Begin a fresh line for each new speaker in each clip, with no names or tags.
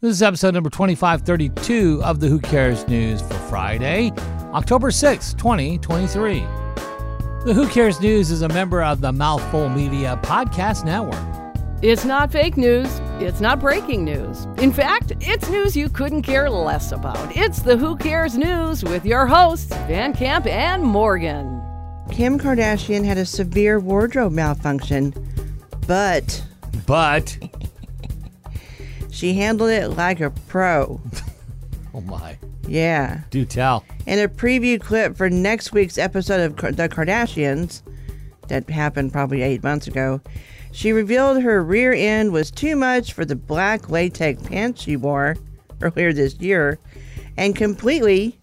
This is episode number 2532 of the Who Cares News for Friday, October 6, 2023. The Who Cares News is a member of the Mouthful Media Podcast Network.
It's not fake news. It's not breaking news. In fact, it's news you couldn't care less about. It's the Who Cares News with your hosts, Van Camp and Morgan.
Kim Kardashian had a severe wardrobe malfunction, but
But,
she handled it like a pro.
oh my,
Yeah.
do tell.
In a preview clip for next week's episode of Kar- The Kardashians, that happened probably eight months ago, she revealed her rear end was too much for the black latex pants she wore earlier this year and completely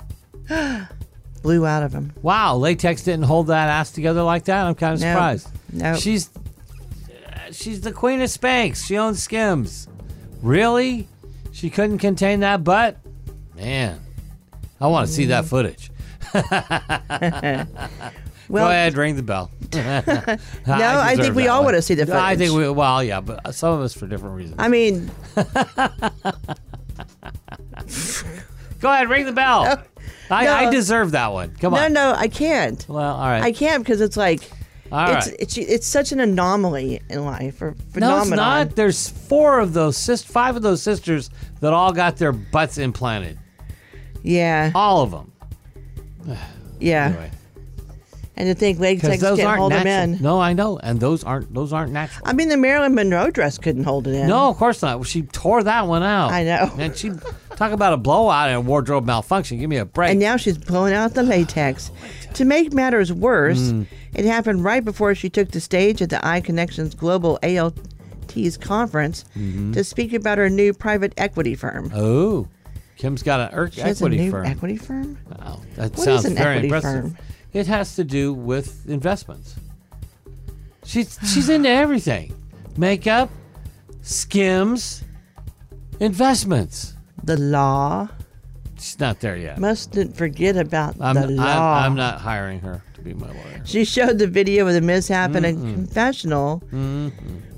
blew out of them.
Wow, latex didn't hold that ass together like that. I'm kind of
No.
surprised.
No.
She's she's the queen of Spanx. She owns Skims. Really? She couldn't contain that butt? Man, I want to see
Mm-hmm.
that footage.
Well,
Go ahead, ring the bell. no,
I think we all wanna see the
I think
footage.
we, well, yeah, but some of us for different reasons.
I mean,
Go ahead, ring the bell. I,
No.
I deserve that one. Come
no,
on.
no, I can't.
Well, all right.
I can't because it's like
All
it's,
right.
it's it's such an anomaly in life or
no,
phenomenon.
it's not. There's four of those, sis- five of those sisters that all got their butts implanted.
Yeah,
All of them.
yeah.
Anyway.
And to think
Because
latex
those
can't
aren't
hold them
natural.
in.
No, I know, and those aren't those aren't natural.
I mean, the Marilyn Monroe dress couldn't hold it in.
no, of course not. She tore that one out.
I know.
And she talk about a blowout and a wardrobe malfunction. Give me a break.
And now she's blowing out the latex. to make matters worse,
Hmm.
it happened right before she took the stage at the Eye Connections Global ALT's conference
Mm-hmm.
to speak about her new private equity firm.
oh, Kim's got an er-
she has a
equity
new
firm.
equity firm?
Wow, that
is
sounds
an
very
equity
impressive.
firm?
It has to do with investments. She's she's into everything, makeup, skims, investments.
The law.
She's not there yet.
Mustn't forget about
I'm,
the
I'm,
law.
I'm not hiring her to be my lawyer.
She showed the video of the mishap in a
Mm-hmm.
confessional,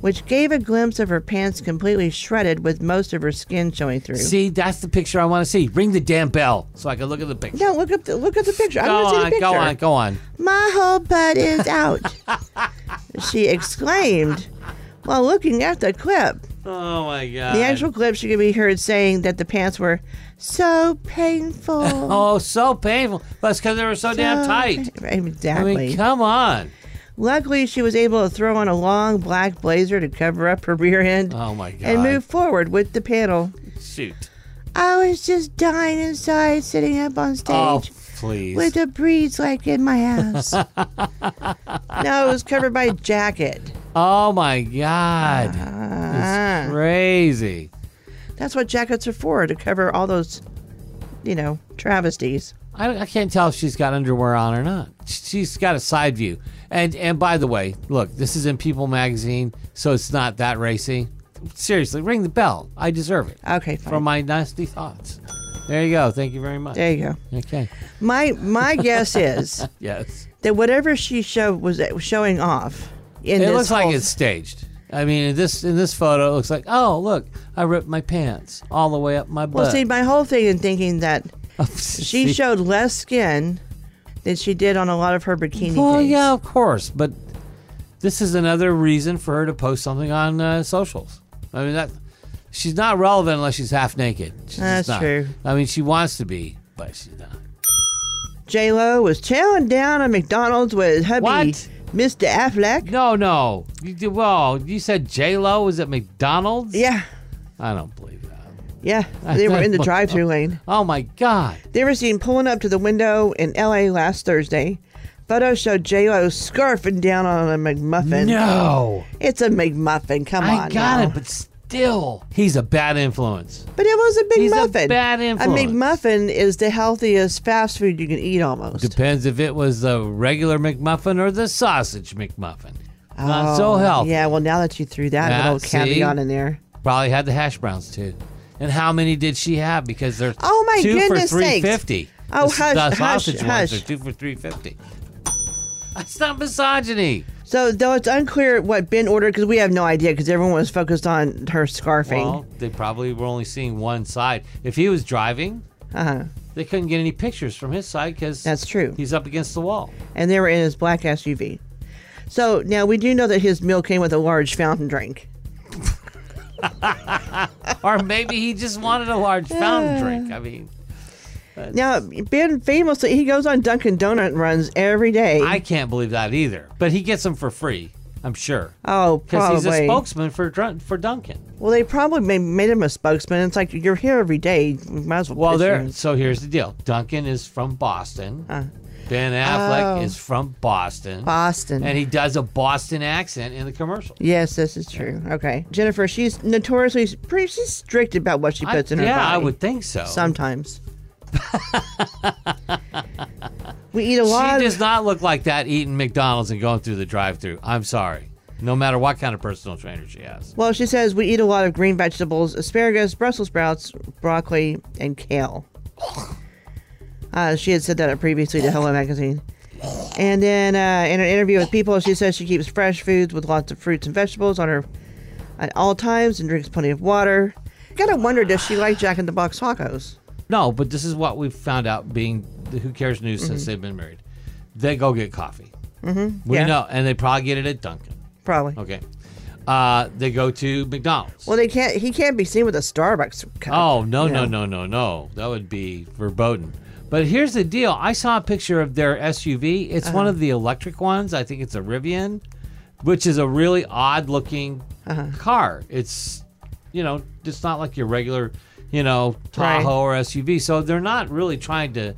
which gave a glimpse of her pants completely shredded with most of her skin showing through.
See, that's the picture I want to see. Ring the damn bell so I can look at the picture.
No, look up the look at the picture. I
go
want to see
on,
the picture.
go on, go on.
My whole butt is out. she exclaimed while looking at the clip.
Oh my god.
The actual clip she could be heard saying that the pants were so painful.
Oh, so painful. That's because they were so, damn
so
tight.
pain-
I
Exactly.
mean, come on.
Luckily, she was able to throw on a long black blazer to cover up her rear end
Oh my god.
and move forward with the panel.
Shoot.
I was just dying inside, sitting up on stage
Oh, please.
with a breeze like in my ass. no, it was covered by a jacket.
Oh my god.
Uh-huh.
it's crazy.
Ah, That's what jackets are for to cover all those, you know, travesties.
I, I can't tell if she's got underwear on or not. She's got a side view. And and by the way, look, this is in People magazine, so it's not that racy. Seriously, ring the bell. I deserve it.
Okay, fine.
for my nasty thoughts. There you go. Thank you very much.
there you go.
Okay.
My my guess is
Yes.
that whatever she showed was uh, showing off. In
It
this
looks like
whole-
it's staged. I mean, in this in this photo, it looks like oh look, I ripped my pants all the way up my
Well,
butt.
see, my whole thing in thinking that she
See?
showed less skin than she did on a lot of her bikini
Well,
days.
yeah, of course, but this is another reason for her to post something on uh, socials. I mean, that she's not relevant unless she's half naked. She's just
That's
not.
true.
I mean, she wants to be, but she's not.
J Lo was chowing down at McDonald's with hubby
What?
Mr. Affleck.
No, no. You did, well, you said J Lo was at McDonald's.
Yeah,
I don't believe that.
yeah. They were in the drive-through lane.
Oh my God.
They were seen pulling up to the window in L.A. last Thursday. Photos showed J Lo scarfing down on a McMuffin.
No,
It's a McMuffin. Come
I
on,
got
now.
it, but still, he's a bad influence.
But it was a big
He's a
muffin.
bad influence.
A McMuffin is the healthiest fast food you can eat almost.
Depends if it was the regular McMuffin or the sausage McMuffin. Not so
Oh,
healthy.
Yeah, well, now that you threw that
Yeah,
little
see?
caveat in there.
Probably had the hash browns too. And how many did she have? Because they're
Oh, my
two
goodness
for three
sakes.
fifty.
Oh,
the,
hush,
the
hush,
sausage
hush.
ones are two for three fifty. That's not misogyny.
So, though it's unclear what Ben ordered, because we have no idea, because everyone was focused on her scarfing.
Well, they probably were only seeing one side. If he was driving,
uh-huh.
they couldn't get any pictures from his side because
That's true.
He's up against the wall.
And they were in his black SUV. So now we do know that his meal came with a large fountain drink.
or maybe he just wanted a large fountain drink. I mean,
Now, Ben famously he goes on Dunkin' Donut runs every day.
I can't believe that either. But he gets them for free, I'm sure.
oh,
Because
probably.
he's a spokesman for Drun- for Duncan.
well, they probably made, made him a spokesman. It's like you're here every day. We might as well.
Well,
pitch
there.
you.
So here's the deal. Duncan is from Boston. ben Affleck
Uh. Oh.
is from Boston.
Boston.
And he does a Boston accent in the commercial.
yes, this is true. Okay, Jennifer, she's notoriously pretty. She's strict about what she
I-
puts in her
yeah,
body.
I would think so.
Sometimes. we eat a lot.
She does not look like that eating McDonald's and going through the drive-through. I'm sorry. No matter what kind of personal trainer she has.
Well, she says we eat a lot of green vegetables, asparagus, Brussels sprouts, broccoli, and kale. Uh, she had said that previously to Hello Magazine. And then uh, in an interview with People, she says she keeps fresh foods with lots of fruits and vegetables on her at all times and drinks plenty of water. Gotta wonder, does she like Jack in the Box tacos?
No, but this is what we've found out being the Who Cares News since they've been married. They go get coffee. Mm-hmm. We
Mm-hmm. yeah.
know. And they probably get it at Dunkin'.
Probably.
Okay. Uh, they go to McDonald's.
Well, they can't. He can't be seen with a Starbucks cup.
Oh no
you
no
know.
no no no! That would be verboten. But here's the deal: I saw a picture of their SUV. It's
Uh-huh.
one of the electric ones. I think it's a Rivian, which is a really odd-looking
Uh-huh.
car. It's, you know, it's not like your regular, you know,
Right.
Tahoe or SUV. So they're not really trying to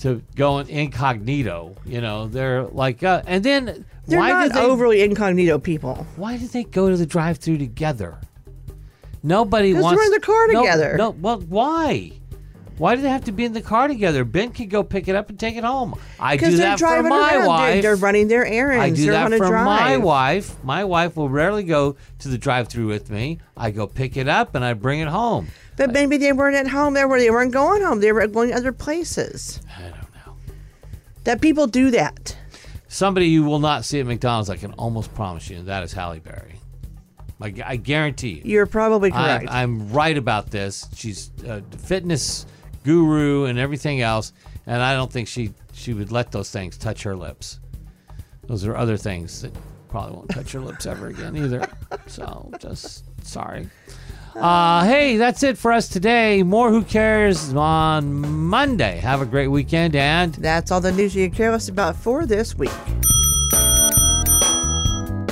to go in incognito. You know, they're like, uh, and then
They're
why
not
did they
overly incognito people.
why did they go to the drive-through together? Nobody
'Cause
wants.
they're in the car
No,
together.
No, well, why? Why do they have to be in the car together? Ben could go pick it up and take it home. I do
Because they're
that for
driving
my
around.
wife.
They're, they're running their errands.
I do
they're
that
on a
for
drive.
my wife. My wife will rarely go to the drive-through with me. I go pick it up and I bring it home.
But maybe they weren't at home. They were they weren't going home. They were going other places.
I don't know.
That people do that.
Somebody you will not see at McDonald's. I can almost promise you, and that is Halle Berry. I, gu- I guarantee you.
You're probably
I,
correct.
I'm right about this. She's a fitness guru and everything else, and I don't think she she would let those things touch her lips. Those are other things that probably won't touch her lips ever again either. So just sorry. Uh, hey, that's it for us today. More Who Cares on Monday. Have a great weekend and.
That's all the news you care less about for this week.